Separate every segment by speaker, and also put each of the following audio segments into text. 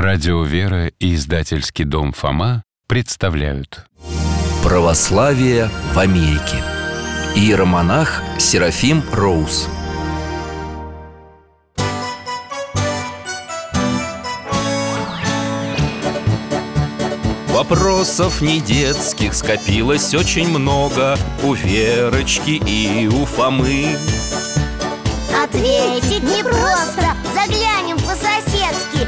Speaker 1: Радио «Вера» и издательский дом «Фома» представляют
Speaker 2: Православие в Америке. Иеромонах Серафим Роуз. Вопросов не детских скопилось очень много у Верочки и у Фомы.
Speaker 3: Ответить непросто Заглянем по-соседски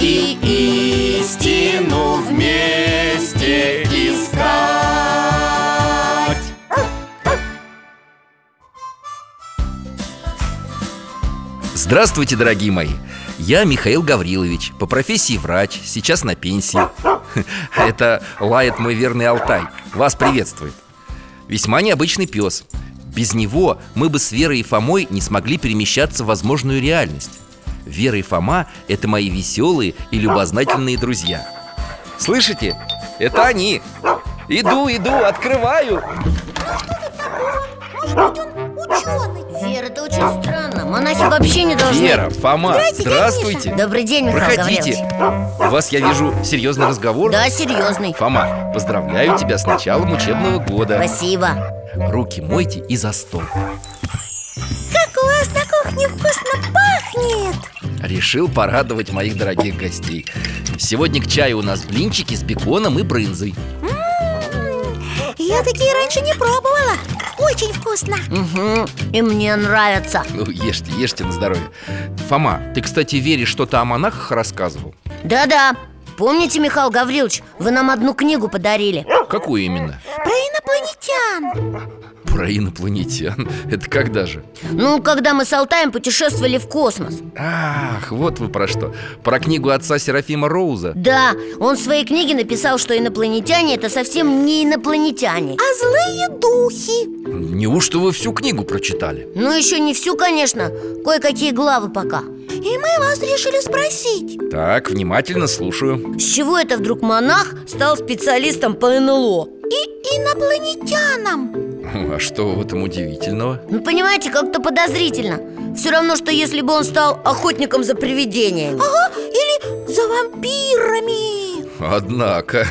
Speaker 2: И истину вместе искать Здравствуйте, дорогие мои! Я Михаил Гаврилович, по профессии врач, сейчас на пенсии А Это лает мой верный Алтай, вас приветствует Весьма необычный пес Без него мы бы с Верой и Фомой не смогли перемещаться в возможную реальность Вера и Фома – это мои веселые и любознательные друзья Слышите? Это они Иду, иду, открываю
Speaker 4: Может быть, он ученый
Speaker 3: Вера, это очень странно Монахи вообще не должны
Speaker 2: Вера, Фома, А, здравствуйте,
Speaker 3: Добрый день, Михаил
Speaker 2: Проходите
Speaker 3: Гаврилович
Speaker 2: У вас, я вижу, серьезный разговор
Speaker 3: Да, серьезный
Speaker 2: Фома, поздравляю тебя с началом учебного года
Speaker 3: Спасибо
Speaker 2: Руки мойте и за стол
Speaker 4: Как у вас на кухне вкусно пахнет
Speaker 2: Решил порадовать моих дорогих гостей Сегодня к чаю у нас блинчики с беконом и брынзой
Speaker 4: М, Я такие раньше не пробовала Очень вкусно
Speaker 3: Мгм. И мне нравится
Speaker 2: Ну, ешьте, ешьте на здоровье Фома, ты, кстати, вере что-то о монахах рассказывал?
Speaker 3: Да-да Помните, Михаил Гаврилович, вы нам одну книгу подарили
Speaker 2: Какую именно?
Speaker 4: Про инопланетян
Speaker 2: Про инопланетян Это когда же?
Speaker 3: Ну, когда мы с Алтаем путешествовали в космос
Speaker 2: Ах, вот вы про что Про книгу отца Серафима Роуза
Speaker 3: Да, он в своей книге написал, что инопланетяне это совсем не инопланетяне
Speaker 4: А злые духи
Speaker 2: Неужто вы всю книгу прочитали?
Speaker 3: Ну, еще не всю, конечно, кое-какие главы пока
Speaker 4: И мы вас решили спросить
Speaker 2: Так, внимательно слушаю
Speaker 3: С чего это вдруг монах стал специалистом по НЛО?
Speaker 4: И инопланетянам
Speaker 2: А что в этом удивительного?
Speaker 3: Ну, понимаете, как-то подозрительно Все равно, что если бы он стал охотником за привидениями
Speaker 4: Ага, или за вампирами
Speaker 2: Однако,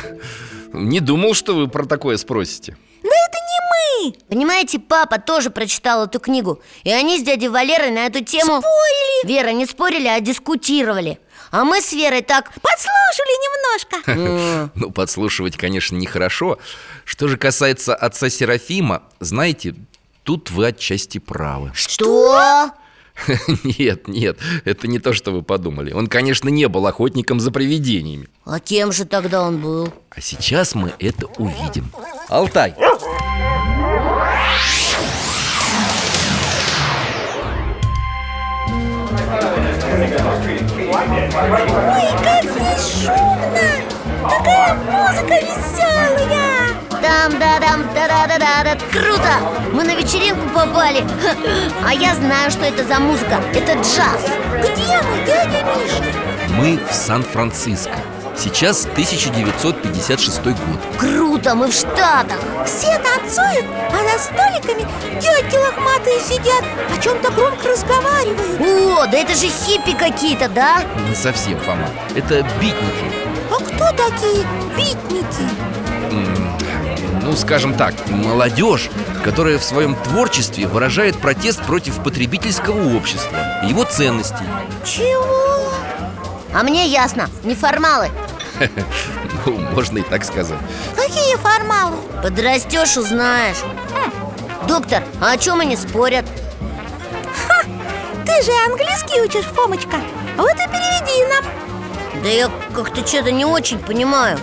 Speaker 2: не думал, что вы про такое спросите
Speaker 4: Да это не мы
Speaker 3: Понимаете, папа тоже прочитал эту книгу И они с дядей Валерой на эту тему...
Speaker 4: Спорили,
Speaker 3: Вера, не спорили, а дискутировали А мы с Верой так...
Speaker 4: подслушали немножко
Speaker 3: м,
Speaker 2: Ну, подслушивать, конечно, нехорошо Что же касается отца Серафима, знаете, тут вы отчасти правы
Speaker 3: Что?
Speaker 2: Нет, нет, это не то, что вы подумали Он, конечно, не был охотником за привидениями
Speaker 3: А кем же тогда он был?
Speaker 2: А сейчас мы это увидим Алтай
Speaker 4: Ой, как здесь шумно! Такая музыка веселая!
Speaker 3: Там да дам да да да да да Круто! Мы на вечеринку попали Ха. А я знаю, что это за музыка Это джаз
Speaker 4: Где мы, дядя Миша?
Speaker 2: Мы в Сан-Франциско Сейчас 1956 год
Speaker 3: Круто, мы в Штатах
Speaker 4: Все танцуют, а за столиками тетки лохматые сидят О чем-то громко разговаривают
Speaker 3: О, да это же хиппи какие-то, да?
Speaker 2: Не совсем, Фома Это битники
Speaker 4: А кто такие битники?
Speaker 2: ну, скажем так, молодежь, которая в своем творчестве выражает протест против потребительского общества и его ценностей.
Speaker 4: Чего?
Speaker 3: А мне ясно, неформалы
Speaker 2: Ну, можно и так сказать.
Speaker 4: Какие формалы?
Speaker 3: Подрастешь, узнаешь Доктор, а о чем они спорят?
Speaker 4: Ты же английский учишь, Фомочка Вот и переведи нам
Speaker 3: Да я как-то что-то не очень понимаю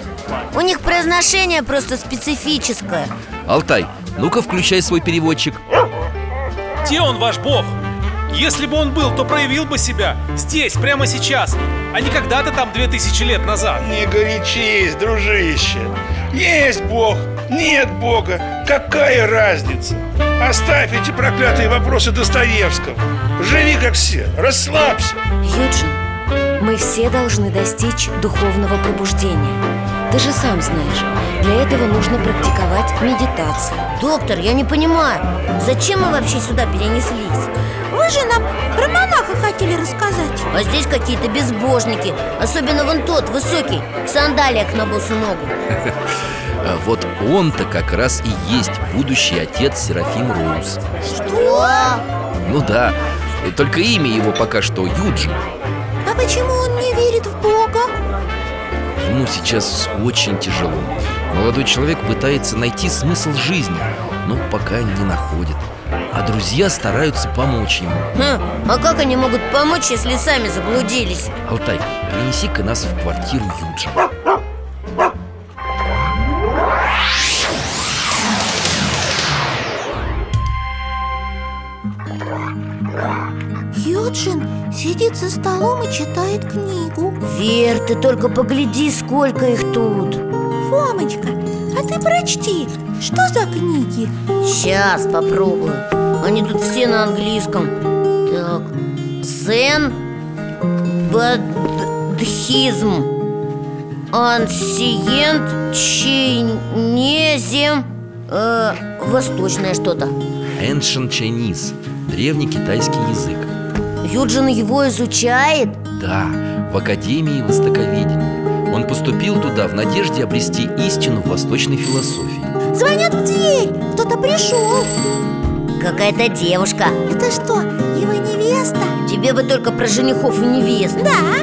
Speaker 3: У них произношение просто специфическое
Speaker 2: Алтай, ну-ка включай свой переводчик.
Speaker 5: Где он ваш бог? Если бы он был, то проявил бы себя здесь, прямо сейчас, а не когда-то там две тысячи лет назад.
Speaker 6: Не горячись, дружище. Есть Бог, нет Бога. Какая разница? Оставь эти проклятые вопросы Достоевскому. Живи как все, расслабься.
Speaker 7: Юджин, мы все должны достичь духовного пробуждения. Ты же сам знаешь, для этого нужно практиковать медитацию.
Speaker 3: Доктор, я не понимаю, зачем мы вообще сюда перенеслись?
Speaker 4: Вы же нам про монаха хотели рассказать
Speaker 3: А здесь какие-то безбожники Особенно вон тот, высокий, в сандалиях на босу ногу
Speaker 2: А Вот он-то как раз и есть будущий отец Серафим Роуз
Speaker 3: Что?
Speaker 2: Ну да, э, только имя его пока что Юджин
Speaker 4: А почему он не верит в Бога?
Speaker 2: Ему сейчас очень тяжело Молодой человек пытается найти смысл жизни, но пока не находит А друзья стараются помочь ему
Speaker 3: Хм, а как они могут помочь, если сами заблудились?
Speaker 2: Алтай, принеси-ка нас в квартиру Юджин
Speaker 4: Юджин сидит за столом и читает книгу
Speaker 3: Вер, ты только погляди, сколько их тут
Speaker 4: Фомочка, а ты прочти, что за книги?
Speaker 3: Сейчас попробую Они тут все на английском Так, зен Бадхизм Ансиент Чинезем э, Восточное что-то
Speaker 2: Ancient Chinese Древний китайский язык
Speaker 3: Юджин его изучает?
Speaker 2: Да, в Академии Востоковедения Он поступил туда в надежде обрести истину в восточной философии
Speaker 4: Звонят в дверь, кто-то пришел
Speaker 3: Какая-то девушка
Speaker 4: Это что, его невеста?
Speaker 3: Тебе бы только про женихов и невест
Speaker 4: Да,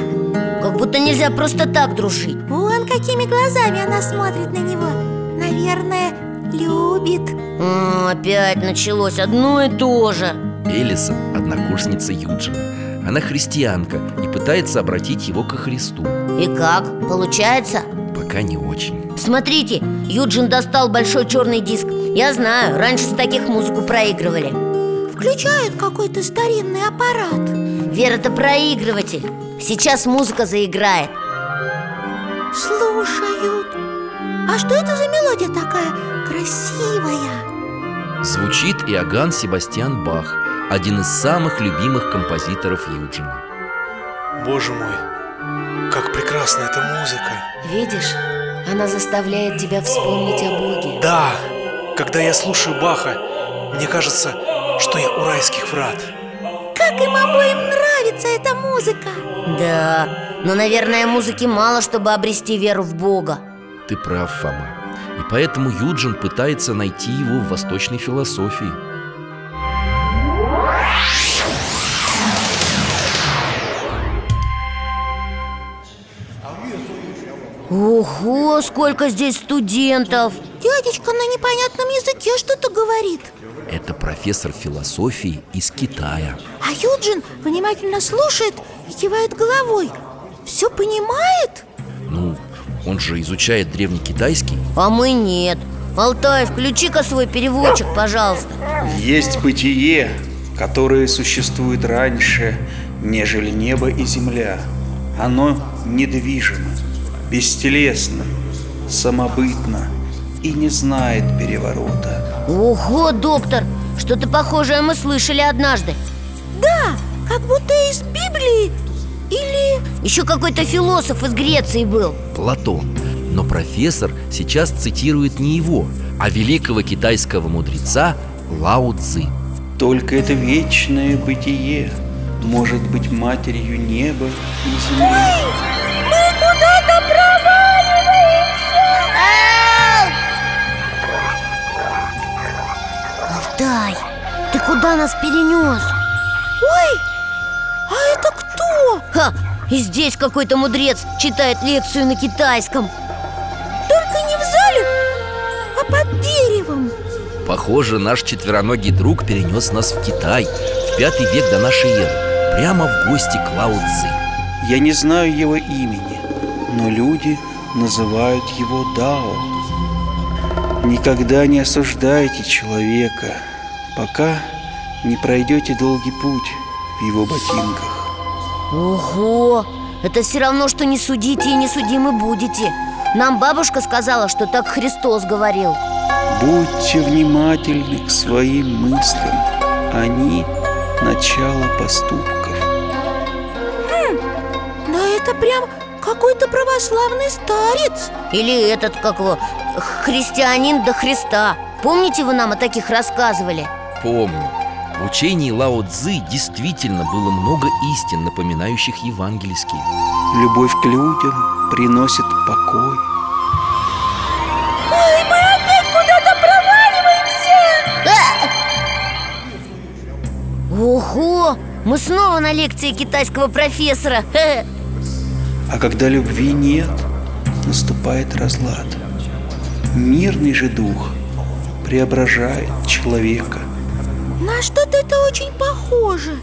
Speaker 3: Как будто нельзя просто так дружить
Speaker 4: вон какими глазами она смотрит на него Наверное, любит
Speaker 3: М, Опять началось одно и то же
Speaker 2: Элиса – однокурсница Юджина Она христианка и пытается обратить его ко Христу
Speaker 3: И как? Получается?
Speaker 2: Пока не очень
Speaker 3: Смотрите, Юджин достал большой черный диск Я знаю, раньше с таких музыку проигрывали
Speaker 4: Включают какой-то старинный аппарат
Speaker 3: Вера, это проигрыватель Сейчас музыка заиграет
Speaker 4: Слушают А что это за мелодия такая красивая?
Speaker 2: Звучит Иоганн Себастьян Бах Один из самых любимых композиторов Юджина
Speaker 8: Боже мой, как прекрасна эта музыка
Speaker 7: Видишь, она заставляет тебя вспомнить о Боге.
Speaker 8: Да, когда я слушаю Баха, мне кажется, что я у райских врат
Speaker 4: Как им обоим нравится эта музыка
Speaker 3: Да, но, наверное, музыки мало, чтобы обрести веру в Бога
Speaker 2: Ты прав, Фома И поэтому Юджин пытается найти его в восточной философии
Speaker 3: Ого, сколько здесь студентов
Speaker 4: Дядечка на непонятном языке что-то говорит
Speaker 2: Это профессор философии из Китая
Speaker 4: А Юджин внимательно слушает и кивает головой Все понимает?
Speaker 2: Ну, он же изучает древнекитайский
Speaker 3: А мы нет Алтай, включи-ка свой переводчик, пожалуйста
Speaker 8: Есть бытие, которое существует раньше, нежели небо и земля Оно недвижимо, бестелесно, самобытно и не знает переворота
Speaker 3: Ого, доктор, что-то похожее мы слышали однажды
Speaker 4: Да, как будто из Библии Или...
Speaker 3: Еще какой-то философ из Греции был
Speaker 2: Платон. Но профессор сейчас цитирует не его, а великого китайского мудреца Лао Цзи.
Speaker 8: Только это вечное бытие может быть матерью неба и земли.
Speaker 3: Алтай, ты куда нас перенес?
Speaker 4: Ой, а это кто?
Speaker 3: Ха, и здесь какой-то мудрец читает лекцию на китайском
Speaker 4: Только не в зале, а под деревом
Speaker 2: Похоже, наш четвероногий друг перенес нас в Китай в пятый век до нашей эры, прямо в гости к Лао Цзи.
Speaker 8: Я не знаю его имени, но люди называют его Дао. Никогда не осуждайте человека, пока не пройдете долгий путь в его ботинках.
Speaker 3: Ого! Это все равно, что не судите и не судимы будете Нам бабушка сказала, что так Христос говорил
Speaker 8: Будьте внимательны к своим мыслям. Они – начало поступков.
Speaker 4: Да это прям какой-то православный старец
Speaker 3: Или этот, как его, христианин до Христа Помните, вы нам о таких рассказывали?
Speaker 2: Помню. В учении Лао Цзы действительно было много истин, напоминающих евангельские.
Speaker 8: Любовь к людям приносит покой.
Speaker 4: Ой, мы опять куда-то проваливаемся
Speaker 3: Ого! Мы снова на лекции китайского профессора Хе.
Speaker 8: А когда любви нет, наступает разлад. Мирный же дух преображает человека.
Speaker 4: На что-то это очень похоже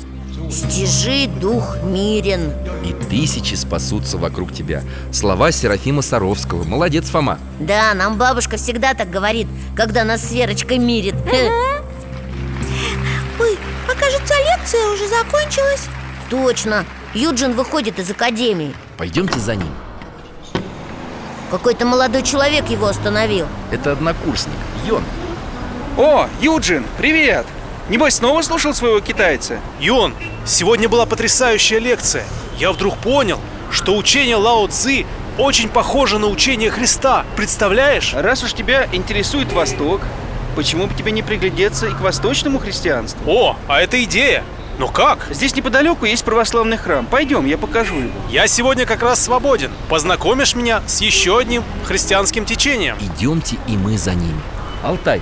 Speaker 3: Стяжи дух мирен
Speaker 2: И тысячи спасутся вокруг тебя. Слова Серафима Саровского. Молодец, Фома.
Speaker 3: Да, нам бабушка всегда так говорит, когда нас с Верочкой мирит Хе.
Speaker 4: Ой, а кажется, лекция уже закончилась
Speaker 3: Точно, Юджин выходит из академии
Speaker 2: Пойдемте за ним.
Speaker 3: Какой-то молодой человек его остановил
Speaker 2: Это однокурсник. Йон.
Speaker 9: О, Юджин, привет! Небось, снова слушал своего китайца?
Speaker 5: Юн, сегодня была потрясающая лекция. Я вдруг понял, что учение Лао Цзы очень похоже на учение Христа. Представляешь?
Speaker 9: Раз уж тебя интересует Восток, почему бы тебе не приглядеться и к восточному христианству?
Speaker 5: О, а это идея. Но как?
Speaker 9: Здесь неподалеку есть православный храм. Пойдем, я покажу его.
Speaker 5: Я сегодня как раз свободен. Познакомишь меня с еще одним христианским течением.
Speaker 2: Идемте и мы за ними. Алтай,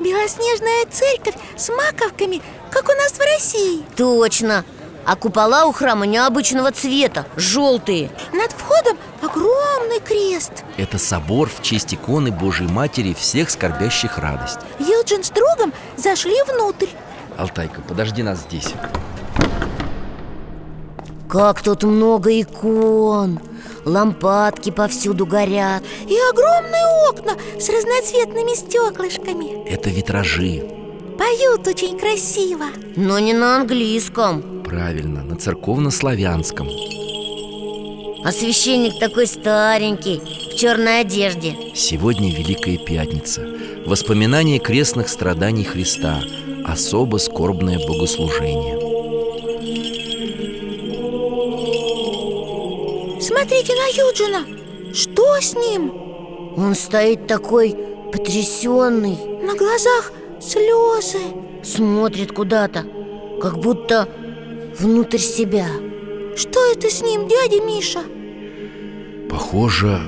Speaker 4: Белоснежная церковь с маковками, как у нас в России
Speaker 3: Точно А купола у храма необычного цвета, желтые
Speaker 4: Над входом огромный крест
Speaker 2: это собор в честь иконы Божьей Матери всех скорбящих радость.
Speaker 4: Юджин с другом зашли внутрь
Speaker 2: Алтайка, подожди нас здесь.
Speaker 3: Как тут много икон Лампадки повсюду горят
Speaker 4: И огромные окна с разноцветными стеклышками
Speaker 2: Это витражи.
Speaker 4: Поют очень красиво
Speaker 3: Но не на английском
Speaker 2: Правильно, на церковно-славянском.
Speaker 3: А священник такой старенький В черной одежде
Speaker 2: Сегодня Великая Пятница. Воспоминание крестных страданий Христа. Особо скорбное богослужение.
Speaker 4: Смотрите на Юджина Что с ним?
Speaker 3: Он стоит такой потрясенный
Speaker 4: На глазах слезы
Speaker 3: Смотрит куда-то Как будто внутрь себя
Speaker 4: Что это с ним, дядя Миша?
Speaker 2: Похоже,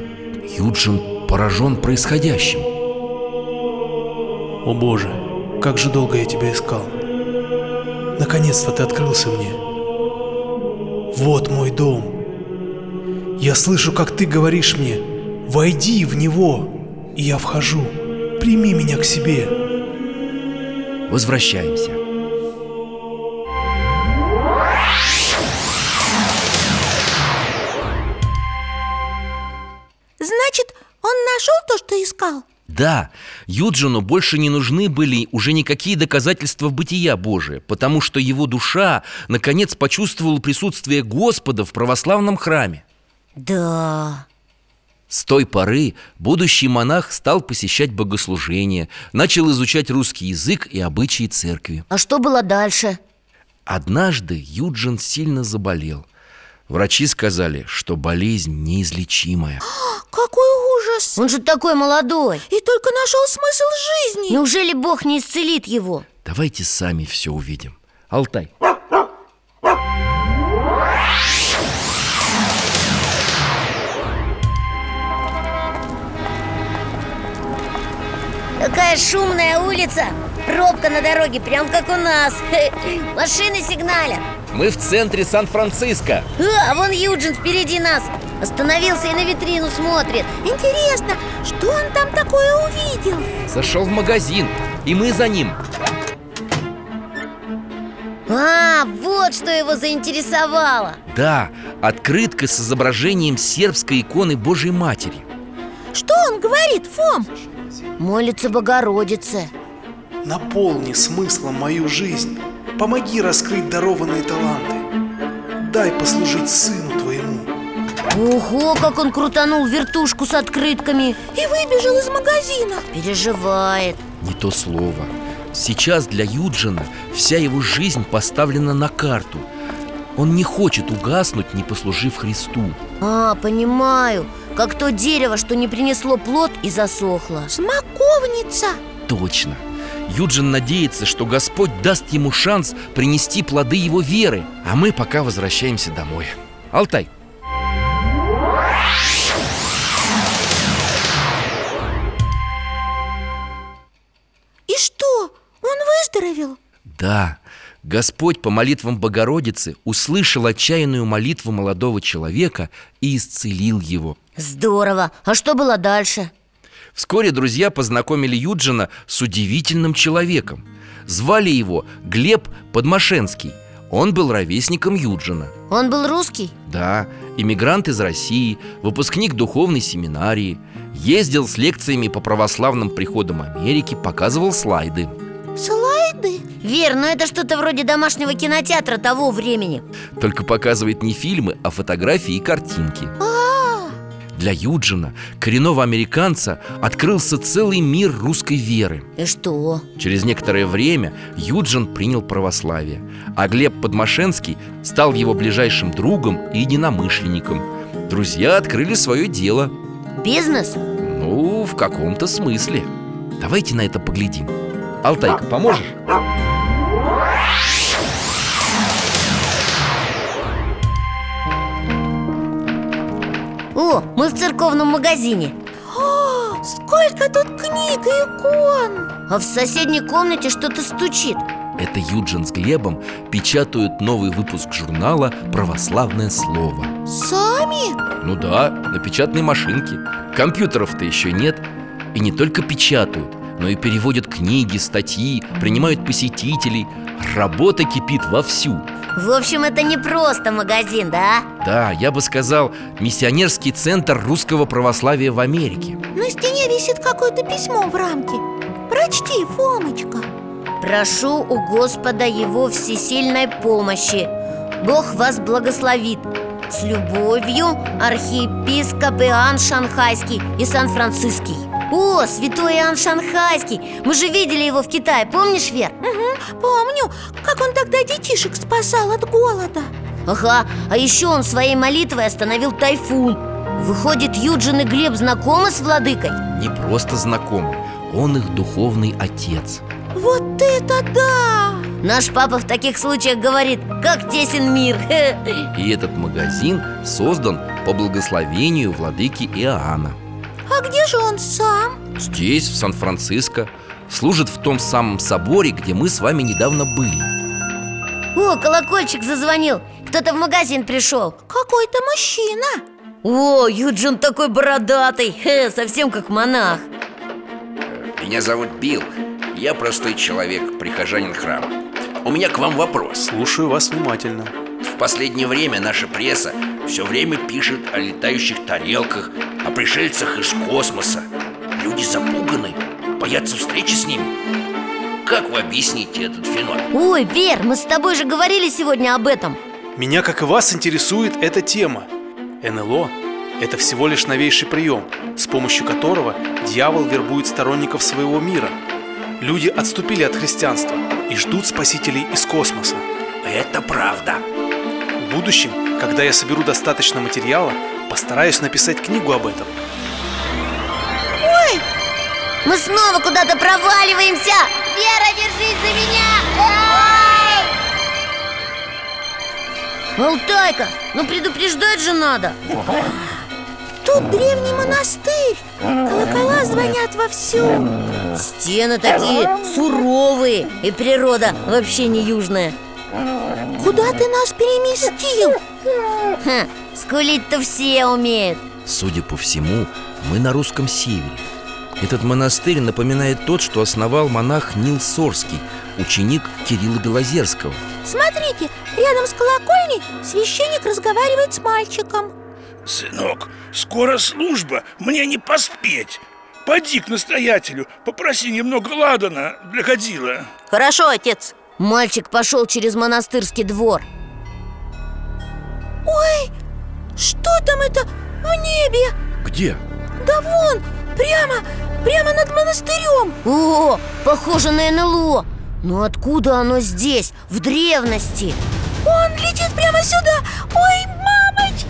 Speaker 2: Юджин поражен происходящим.
Speaker 10: О боже, как же долго я тебя искал. Наконец-то ты открылся мне. Вот мой дом. Я слышу, как ты говоришь мне, войди в него, и я вхожу. Прими меня к себе.
Speaker 2: Возвращаемся.
Speaker 4: Значит, он нашел то, что искал?
Speaker 2: Да, Юджину больше не нужны были уже никакие доказательства бытия Божия, потому что его душа, наконец, почувствовала присутствие Господа в православном храме.
Speaker 3: Да,
Speaker 2: С той поры будущий монах стал посещать богослужения, начал изучать русский язык и обычаи церкви.
Speaker 3: а что было дальше?
Speaker 2: Однажды Юджин сильно заболел. Врачи сказали, что болезнь неизлечимая.
Speaker 4: Какой ужас!
Speaker 3: Он же такой молодой
Speaker 4: И только нашел смысл жизни
Speaker 3: Неужели Бог не исцелит его?
Speaker 2: Давайте сами все увидим. Алтай.
Speaker 3: Такая шумная улица Пробка на дороге, прям как у нас Машины сигналят
Speaker 2: Мы в центре Сан-Франциско.
Speaker 3: А, а вон Юджин впереди нас Остановился и на витрину смотрит
Speaker 4: Интересно, что он там такое увидел?
Speaker 2: Зашел в магазин, и мы за ним.
Speaker 3: А, вот что его заинтересовало
Speaker 2: Да, открытка с изображением сербской иконы Божьей Матери.
Speaker 4: Что он говорит, Фом?
Speaker 3: Молится Богородице
Speaker 10: Наполни смыслом мою жизнь. Помоги раскрыть дарованные таланты. Дай послужить сыну твоему.
Speaker 3: Ого, как он крутанул вертушку с открытками
Speaker 4: И выбежал из магазина
Speaker 3: Переживает
Speaker 2: Не то слово. Сейчас для Юджина вся его жизнь поставлена на карту. Он не хочет угаснуть, не послужив Христу.
Speaker 3: А, понимаю Как то дерево, что не принесло плод и засохло
Speaker 4: Смоковница
Speaker 2: Точно. Юджин надеется, что Господь даст ему шанс принести плоды его веры, а мы пока возвращаемся домой. Алтай,
Speaker 4: И что, он выздоровел?
Speaker 2: Да, Господь по молитвам Богородицы услышал отчаянную молитву молодого человека и исцелил его.
Speaker 3: Здорово, а что было дальше?
Speaker 2: Вскоре друзья познакомили Юджина с удивительным человеком. Звали его Глеб Подмашенский. Он был ровесником Юджина.
Speaker 3: Он был русский?
Speaker 2: Да, иммигрант из России, выпускник духовной семинарии, ездил с лекциями по православным приходам Америки, показывал слайды.
Speaker 4: Слайды?
Speaker 3: Вер, ну это что-то вроде домашнего кинотеатра того времени
Speaker 2: Только показывает не фильмы, а фотографии и картинки.
Speaker 4: А,
Speaker 2: Для Юджина, коренного американца, открылся целый мир русской веры.
Speaker 3: И что?
Speaker 2: Через некоторое время Юджин принял православие, а Глеб Подмашенский стал его ближайшим другом и единомышленником. Друзья открыли свое дело.
Speaker 3: Бизнес?
Speaker 2: Ну, в каком-то смысле. Давайте на это поглядим. Алтайка, поможешь?
Speaker 3: О, мы в церковном магазине
Speaker 4: а, сколько тут книг и икон
Speaker 3: А в соседней комнате что-то стучит
Speaker 2: Это Юджин с Глебом печатают новый выпуск журнала «Православное слово».
Speaker 4: Сами?
Speaker 2: Ну да, на печатной машинке. Компьютеров-то еще нет. И не только печатают, но и переводят книги, статьи, принимают посетителей. Работа кипит вовсю.
Speaker 3: В общем, это не просто магазин, да?
Speaker 2: Да, я бы сказал, миссионерский центр русского православия в Америке.
Speaker 4: На стене висит какое-то письмо в рамке Прочти, Фомочка
Speaker 3: Прошу у Господа Его всесильной помощи Бог вас благословит С любовью архиепископ Иоанн Шанхайский и Сан-Франциский О, святой Иоанн Шанхайский Мы же видели его в Китае, помнишь, Вер?
Speaker 4: Мгм, Помню, как он тогда детишек спасал от голода
Speaker 3: Ага, а еще он своей молитвой остановил тайфун Выходит, Юджин и Глеб знакомы с владыкой?
Speaker 2: Не просто знакомый, он их духовный отец.
Speaker 4: Вот это да!
Speaker 3: Наш папа в таких случаях говорит, как тесен мир
Speaker 2: И этот магазин создан по благословению владыки Иоанна.
Speaker 4: А где же он сам?
Speaker 2: Здесь, в Сан-Франциско, служит в том самом соборе, где мы с вами недавно были.
Speaker 3: О, колокольчик зазвонил Кто-то в магазин пришел
Speaker 4: Какой-то мужчина
Speaker 3: О, Юджин такой бородатый Хе, Совсем как монах
Speaker 2: Меня зовут Билл. Я простой человек, прихожанин храма. У меня к вам вопрос.
Speaker 5: Слушаю вас внимательно.
Speaker 2: В последнее время наша пресса все время пишет о летающих тарелках, о пришельцах из космоса. Люди запуганы, боятся встречи с ними. Как вы объясните этот феномен?
Speaker 3: Ой, Вер, мы с тобой же говорили сегодня об этом
Speaker 5: Меня, как и вас, интересует эта тема. НЛО – это всего лишь новейший прием, с помощью которого дьявол вербует сторонников своего мира. Люди отступили от христианства и ждут спасителей из космоса.
Speaker 2: Это правда.
Speaker 5: В будущем, когда я соберу достаточно материала, постараюсь написать книгу об этом.
Speaker 3: Мы снова куда-то проваливаемся Вера, держись за меня Алтайка, ну предупреждать же надо
Speaker 4: Тут древний монастырь Колокола звонят вовсю
Speaker 3: Стены такие суровые И природа вообще не южная
Speaker 4: Куда ты нас переместил?
Speaker 3: Ха, скулить-то все умеют
Speaker 2: Судя по всему, мы на русском севере. Этот монастырь напоминает тот, что основал монах Нил Сорский, ученик Кирилла Белозерского.
Speaker 4: Смотрите, рядом с колокольней священник разговаривает с мальчиком
Speaker 6: Сынок, скоро служба, мне не поспеть Поди к настоятелю, попроси немного ладана для кадила
Speaker 3: Хорошо, отец Мальчик пошел через монастырский двор
Speaker 4: Ой, что там это в небе?
Speaker 2: Где?
Speaker 4: Да вон, прямо, прямо над монастырем
Speaker 3: О, похоже на НЛО Но откуда оно здесь, в древности?
Speaker 4: Он летит прямо сюда Ой, мамочки!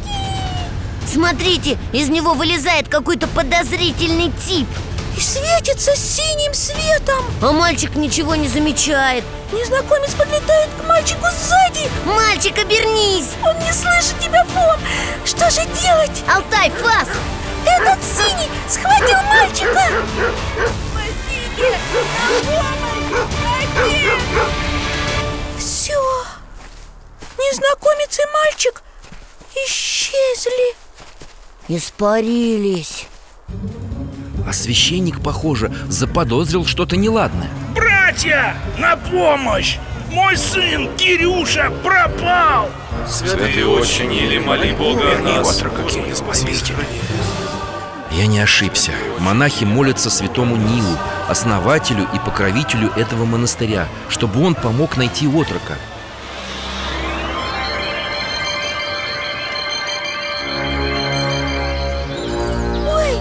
Speaker 3: Смотрите, из него вылезает какой-то подозрительный тип
Speaker 4: И светится синим светом
Speaker 3: А мальчик ничего не замечает
Speaker 4: Незнакомец подлетает к мальчику сзади
Speaker 3: Мальчик, обернись
Speaker 4: Он не слышит тебя, Фом Что же делать?
Speaker 3: Алтай, пас!
Speaker 4: Этот синий схватил мальчика! Спасите! На помощь! Все! Незнакомец и мальчик исчезли
Speaker 3: Испарились
Speaker 2: А священник, похоже, заподозрил что-то неладное
Speaker 6: Братья, на помощь! Мой сын Кирюша пропал!
Speaker 5: Святый очень или моли Бога о нас.
Speaker 2: Я не ошибся Монахи молятся святому Нилу Основателю и покровителю этого монастыря Чтобы он помог найти отрока
Speaker 4: Ой,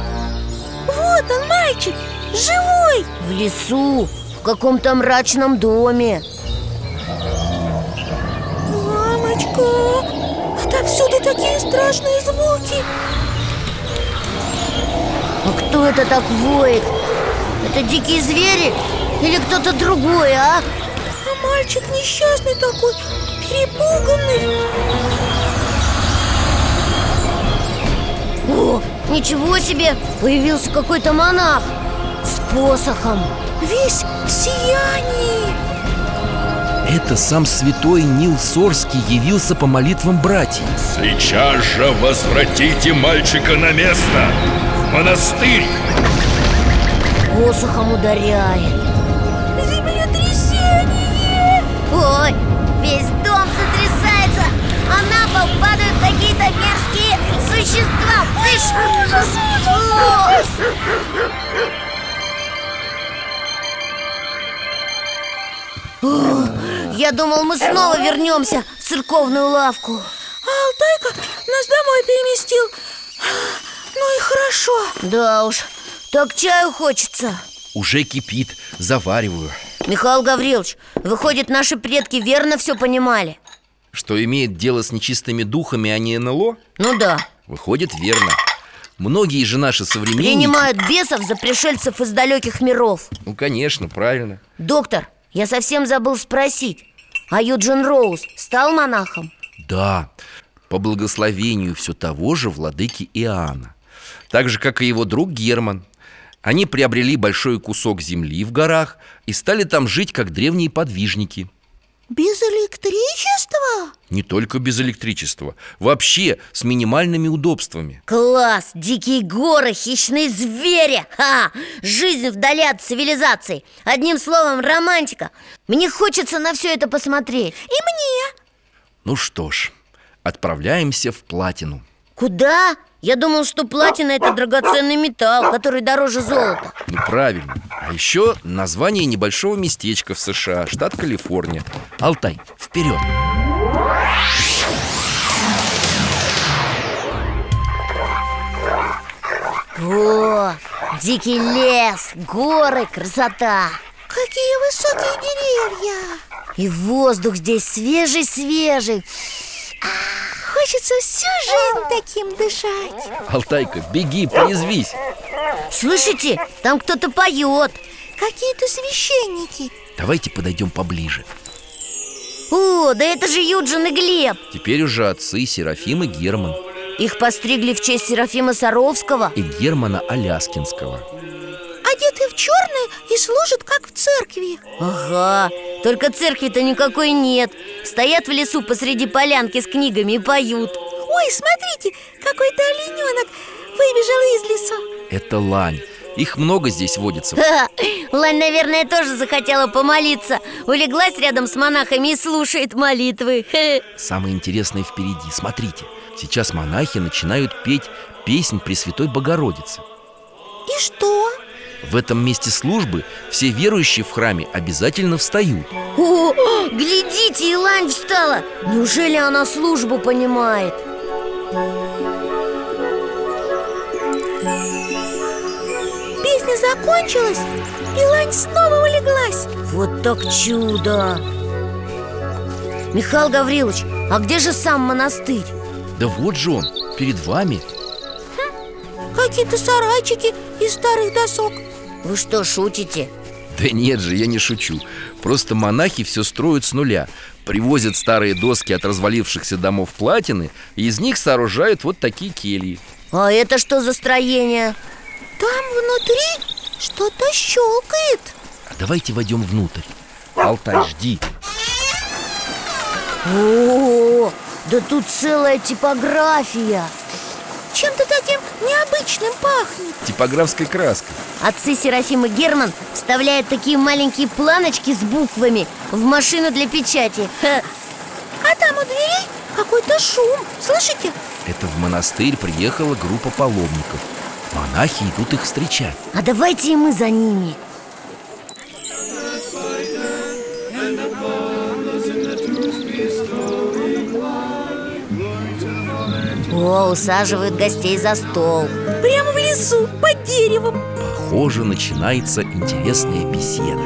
Speaker 4: вот он, мальчик, живой
Speaker 3: В лесу, в каком-то мрачном доме
Speaker 4: Мамочка, отовсюду такие страшные звуки
Speaker 3: А кто это так воет? Это дикие звери? Или кто-то другой, а?
Speaker 4: А мальчик несчастный такой, перепуганный
Speaker 3: О, ничего себе! Появился какой-то монах с посохом
Speaker 4: Весь в сиянии
Speaker 2: Это сам святой Нил Сорский явился по молитвам братьев
Speaker 11: Сейчас же возвратите мальчика на место В монастырь
Speaker 3: Посохом ударяет
Speaker 4: Землетрясение!
Speaker 3: Ой, весь дом сотрясается А на пол падают какие-то мерзкие существа Ты ж- О! Ух, Я думал, мы снова вернемся в церковную лавку
Speaker 4: А Алтайка нас домой переместил Ну и хорошо
Speaker 3: Да уж, так чаю хочется
Speaker 2: Уже кипит, завариваю
Speaker 3: Михаил Гаврилович, выходит, наши предки верно все понимали
Speaker 2: Что имеет дело с нечистыми духами, а не НЛО?
Speaker 3: Ну да,
Speaker 2: Выходит верно Многие же наши современники
Speaker 3: принимают бесов за пришельцев из далеких миров
Speaker 2: Ну, конечно, правильно
Speaker 3: Доктор, я совсем забыл спросить А Юджин Роуз стал монахом?
Speaker 2: Да, по благословению все того же владыки Иоанна Так же, как и его друг Герман Они приобрели большой кусок земли в горах И стали там жить, как древние подвижники
Speaker 4: Без электричества?
Speaker 2: Не только без электричества Вообще с минимальными удобствами
Speaker 3: Класс! Дикие горы, хищные звери! Ха! Жизнь вдали от цивилизации Одним словом, романтика Мне хочется на все это посмотреть
Speaker 4: И мне
Speaker 2: Ну что ж, отправляемся в платину
Speaker 3: Куда? Я думал, что платина это драгоценный металл, который дороже золота
Speaker 2: Ну правильно А еще название небольшого местечка в США, штат Калифорния Алтай, вперед!
Speaker 3: О, дикий лес, горы, красота
Speaker 4: Какие высокие деревья
Speaker 3: И воздух здесь свежий-свежий
Speaker 4: А, Хочется всю жизнь таким дышать
Speaker 2: Алтайка, беги, порезвись
Speaker 3: Слышите? Там кто-то поет
Speaker 4: Какие-то священники
Speaker 2: Давайте подойдем поближе
Speaker 3: О, да это же Юджин и Глеб
Speaker 2: Теперь уже отцы Серафим и Герман
Speaker 3: Их постригли в честь Серафима Саровского
Speaker 2: И Германа Аляскинского
Speaker 4: Одеты в черное и служат как в церкви
Speaker 3: Ага, только церкви-то никакой нет Стоят в лесу посреди полянки с книгами и поют
Speaker 4: Ой, смотрите, какой-то олененок выбежал из лесу
Speaker 2: Это лань Их много здесь водится
Speaker 3: Ха, Лань, наверное, тоже захотела помолиться Улеглась рядом с монахами и слушает молитвы Хе.
Speaker 2: Самое интересное впереди, смотрите Сейчас монахи начинают петь песнь Пресвятой Богородицы
Speaker 4: И что?
Speaker 2: В этом месте службы все верующие в храме обязательно встают.
Speaker 3: О, глядите, Илань встала! Неужели она службу понимает?
Speaker 4: Песня закончилась, и лань снова улеглась
Speaker 3: Вот так чудо! Михаил Гаврилович, а где же сам монастырь?
Speaker 2: Да вот же он, перед вами.
Speaker 4: Какие-то сарайчики из старых досок
Speaker 3: Вы что, шутите?
Speaker 2: Да нет же, я не шучу. Просто монахи все строят с нуля. Привозят старые доски от развалившихся домов платины, и из них сооружают вот такие кельи.
Speaker 3: А это что за строение?
Speaker 4: Там внутри что-то щелкает
Speaker 2: А давайте войдем внутрь. Алтай, жди.
Speaker 3: О, да тут целая типография
Speaker 4: Чем-то таким необычным пахнет
Speaker 2: Типографской краской.
Speaker 3: Отцы Серафим и Герман вставляют такие маленькие планочки с буквами в машину для печати Ха,
Speaker 4: А там у дверей какой-то шум, слышите?
Speaker 2: Это в монастырь приехала группа паломников. Монахи идут их встречать.
Speaker 3: А давайте и мы за ними О, усаживают гостей за стол
Speaker 4: Прямо в лесу, под деревом
Speaker 2: Похоже, начинается интересная беседа.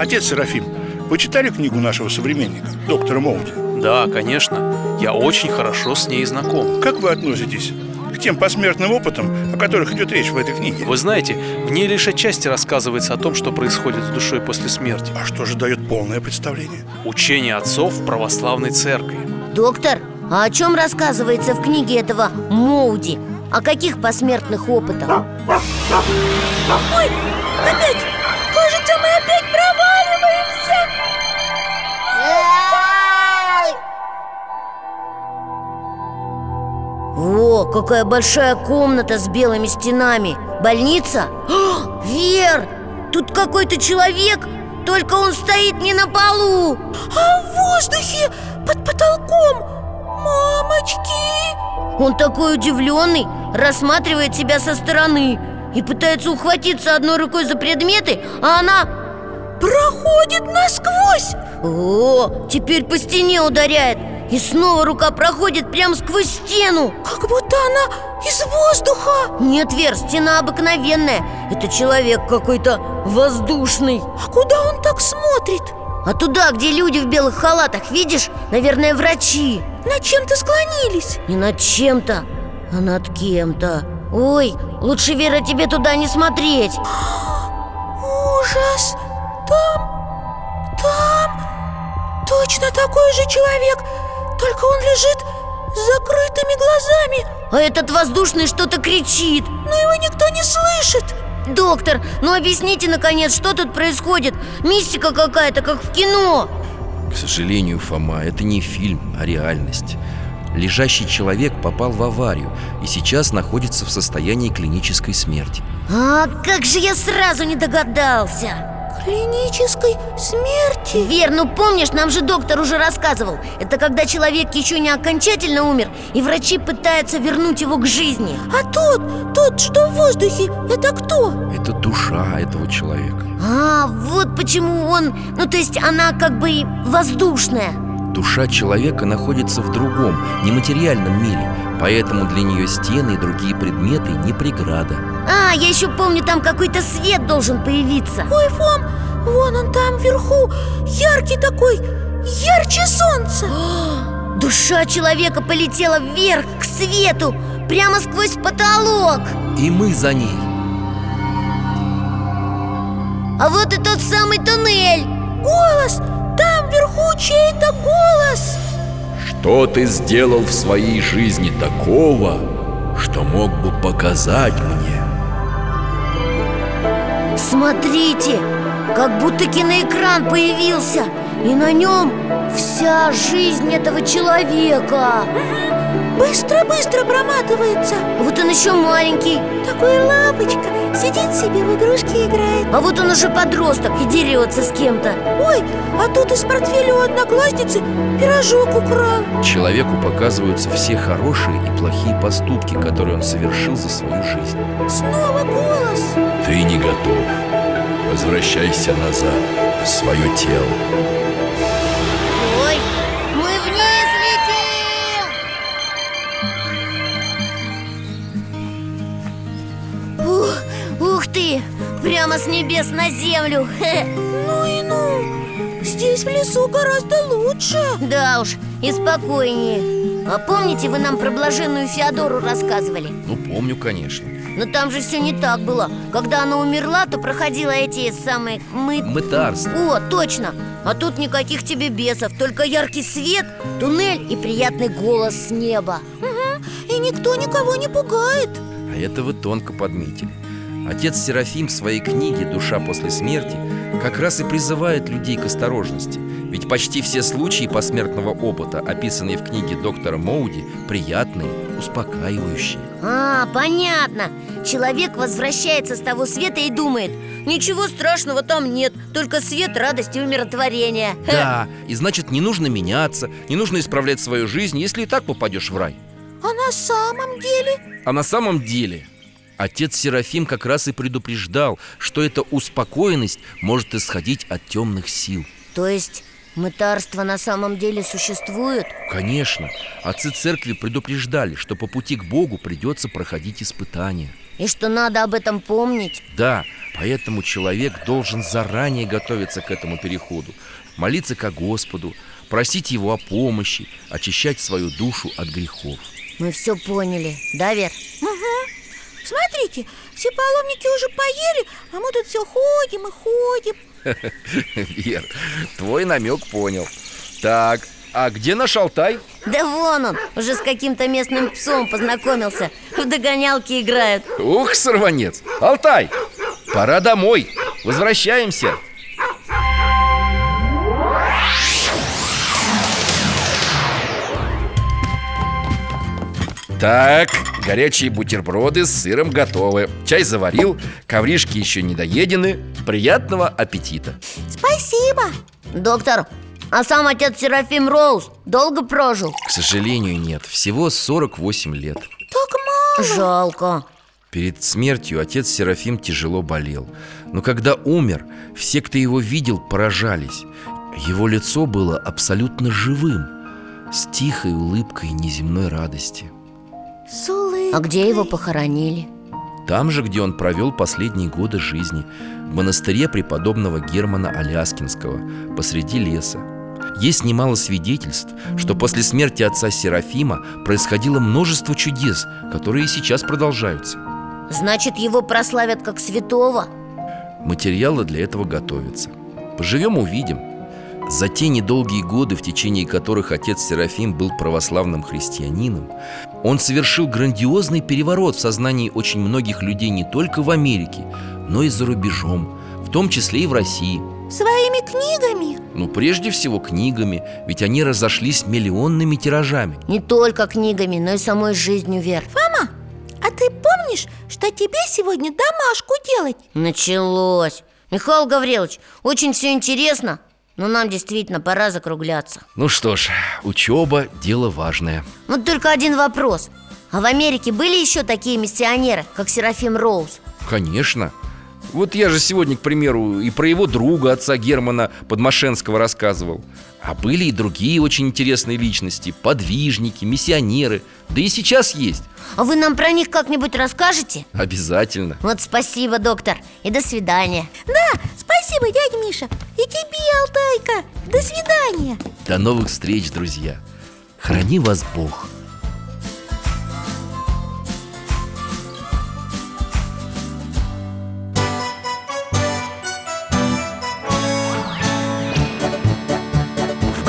Speaker 6: Отец Серафим, вы читали книгу нашего современника, доктора Моудина?
Speaker 5: Да, конечно, я очень хорошо с ней знаком.
Speaker 6: Как вы относитесь к тем посмертным опытам, о которых идет речь в этой книге?
Speaker 5: Вы знаете, в ней лишь отчасти рассказывается о том, что происходит с душой после смерти.
Speaker 6: А что же дает полное представление?
Speaker 5: Учение отцов православной церкви.
Speaker 3: Доктор, а о чем рассказывается в книге этого Моуди? О каких посмертных опытах?
Speaker 4: Ой, опять, кажется, мы опять проваливаемся
Speaker 3: О, какая большая комната с белыми стенами Больница? А, Вер, тут какой-то человек, только он стоит не на полу
Speaker 4: А в воздухе, под потолком Мамочки
Speaker 3: Он такой удивленный, рассматривает себя со стороны И пытается ухватиться одной рукой за предметы, а она...
Speaker 4: Проходит насквозь
Speaker 3: О, теперь по стене ударяет И снова рука проходит прямо сквозь стену
Speaker 4: Как будто она из воздуха
Speaker 3: Нет, Вер, стена обыкновенная Это человек какой-то воздушный
Speaker 4: А куда он так смотрит?
Speaker 3: А туда, где люди в белых халатах, видишь? Наверное, врачи
Speaker 4: Над чем-то склонились
Speaker 3: Не над чем-то, а над кем-то Ой, лучше, Вера, тебе туда не смотреть
Speaker 4: Ужас! Там, там точно такой же человек Только он лежит с закрытыми глазами
Speaker 3: А этот воздушный что-то кричит
Speaker 4: Но его никто не слышит
Speaker 3: Доктор, ну объясните, наконец, что тут происходит? Мистика какая-то, как в кино
Speaker 2: К сожалению, Фома, это не фильм, а реальность. Лежащий человек попал в аварию и сейчас находится в состоянии клинической смерти.
Speaker 3: А как же я сразу не догадался
Speaker 4: Клинической смерти
Speaker 3: Вер, ну помнишь, нам же доктор уже рассказывал Это когда человек еще не окончательно умер И врачи пытаются вернуть его к жизни
Speaker 4: А тот, тот, что в воздухе, это кто?
Speaker 2: Это душа этого человека.
Speaker 3: А, вот почему он, ну то есть она как бы воздушная
Speaker 2: Душа человека находится в другом, нематериальном мире, поэтому для нее стены и другие предметы не преграда.
Speaker 3: А, я еще помню, там какой-то свет должен появиться
Speaker 4: Ой, Фом, вон он там вверху Яркий такой, ярче солнца
Speaker 3: Душа человека полетела вверх, к свету, прямо сквозь потолок
Speaker 2: И мы за ней.
Speaker 3: А вот и тот самый туннель
Speaker 4: Голос, там вверху чей-то голос
Speaker 11: Что ты сделал в своей жизни такого, что мог бы показать мне?
Speaker 3: Смотрите, как будто киноэкран появился И на нем вся жизнь этого человека
Speaker 4: Быстро-быстро проматывается
Speaker 3: Вот он еще маленький
Speaker 4: Такой лапочка, сидит себе в игрушки играет
Speaker 3: А вот он уже подросток и дерется с кем-то
Speaker 4: Ой, а тут из портфеля у одноклассницы пирожок украл
Speaker 2: Человеку показываются все хорошие и плохие поступки, которые он совершил за свою жизнь.
Speaker 4: Снова голос
Speaker 11: Ты не готов. Возвращайся назад в свое тело.
Speaker 3: Ой, мы вниз летим! Ух, ух ты! Прямо с небес на землю! Ну и ну! Здесь в лесу гораздо лучше Да уж, и спокойнее А помните, вы нам про блаженную Феодору рассказывали?
Speaker 2: Ну, помню, конечно
Speaker 3: Но там же все не так было Когда она умерла, то проходила эти самые мы...
Speaker 2: Мытарство.
Speaker 3: О, точно! А тут никаких тебе бесов Только яркий свет, туннель и приятный голос с неба И никто никого не пугает
Speaker 2: А это вы тонко подметили. Отец Серафим в своей книге «Душа после смерти» как раз и призывает людей к осторожности. Ведь почти все случаи посмертного опыта, описанные в книге доктора Моуди, приятные, успокаивающие.
Speaker 3: А, понятно Человек возвращается с того света и думает Ничего страшного там нет Только свет, радость и умиротворение Хе.
Speaker 2: Да, и значит не нужно меняться, не нужно исправлять свою жизнь, если и так попадешь в рай.
Speaker 4: А на самом деле?
Speaker 2: А на самом деле отец Серафим как раз и предупреждал, что эта успокоенность может исходить от темных сил.
Speaker 3: То есть мытарство на самом деле существует?
Speaker 2: Конечно, отцы церкви предупреждали, что по пути к Богу придется проходить испытания.
Speaker 3: И что надо об этом помнить?
Speaker 2: Да, поэтому человек должен заранее готовиться к этому переходу, молиться ко Господу, просить Его о помощи, очищать свою душу от грехов.
Speaker 3: Мы все поняли, да, Вер?
Speaker 4: Угу. Смотрите, все паломники уже поели, а мы тут все ходим и ходим
Speaker 2: Вер, твой намек понял. Так, а где наш Алтай?
Speaker 3: Да вон он, уже с каким-то местным псом познакомился В догонялки играют
Speaker 2: Ух, сорванец! Алтай, пора домой. Возвращаемся. Так, горячие бутерброды с сыром готовы. Чай заварил, ковришки еще не доедены. Приятного аппетита!
Speaker 3: Спасибо Доктор, а сам отец Серафим Роуз долго прожил?
Speaker 2: К сожалению, нет. Всего 48 лет.
Speaker 3: Жалко
Speaker 2: Перед смертью отец Серафим тяжело болел. Но когда умер, все, кто его видел, поражались. Его лицо было абсолютно живым, с тихой улыбкой неземной радости.
Speaker 3: А где его похоронили?
Speaker 2: Там же, где он провел последние годы жизни, в монастыре преподобного Германа Аляскинского, посреди леса. Есть немало свидетельств, что после смерти отца Серафима происходило множество чудес, которые и сейчас продолжаются.
Speaker 3: Значит, его прославят как святого?
Speaker 2: Материалы для этого готовятся. Поживем – увидим. За те недолгие годы, в течение которых отец Серафим был православным христианином, он совершил грандиозный переворот в сознании очень многих людей не только в Америке, но и за рубежом, в том числе и в России.
Speaker 4: Своими книгами
Speaker 2: Ну, прежде всего книгами, ведь они разошлись миллионными тиражами.
Speaker 3: Не только книгами, но и самой жизнью, Вер
Speaker 4: Мама, а ты помнишь, что тебе сегодня домашку делать?
Speaker 3: Началось Михаил Гаврилович, очень все интересно Но нам действительно пора закругляться
Speaker 2: Ну что ж, учеба – дело важное.
Speaker 3: Вот только один вопрос А в Америке были еще такие миссионеры, как Серафим Роуз?
Speaker 2: Конечно. Вот я же сегодня, к примеру, и про его друга, отца Германа Подмашенского рассказывал. А были и другие очень интересные личности, подвижники, миссионеры. Да и сейчас есть.
Speaker 3: А вы нам про них как-нибудь расскажете?
Speaker 2: Обязательно.
Speaker 3: Вот спасибо, доктор, и до свидания
Speaker 4: Да, спасибо, дядя Миша И тебе, Алтайка До свидания
Speaker 2: До новых встреч, друзья. Храни вас Бог. В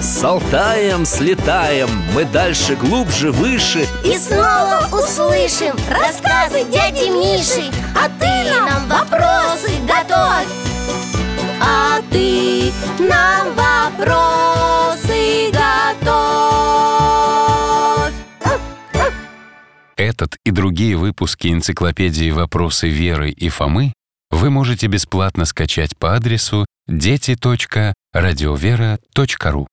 Speaker 2: С Алтаем слетаем, мы дальше, глубже, выше.
Speaker 3: И снова услышим рассказы дяди Миши А ты нам вопросы готовь А ты
Speaker 1: Этот и другие выпуски энциклопедии «Вопросы Веры и Фомы» вы можете бесплатно скачать по адресу дети.радиовера.ру.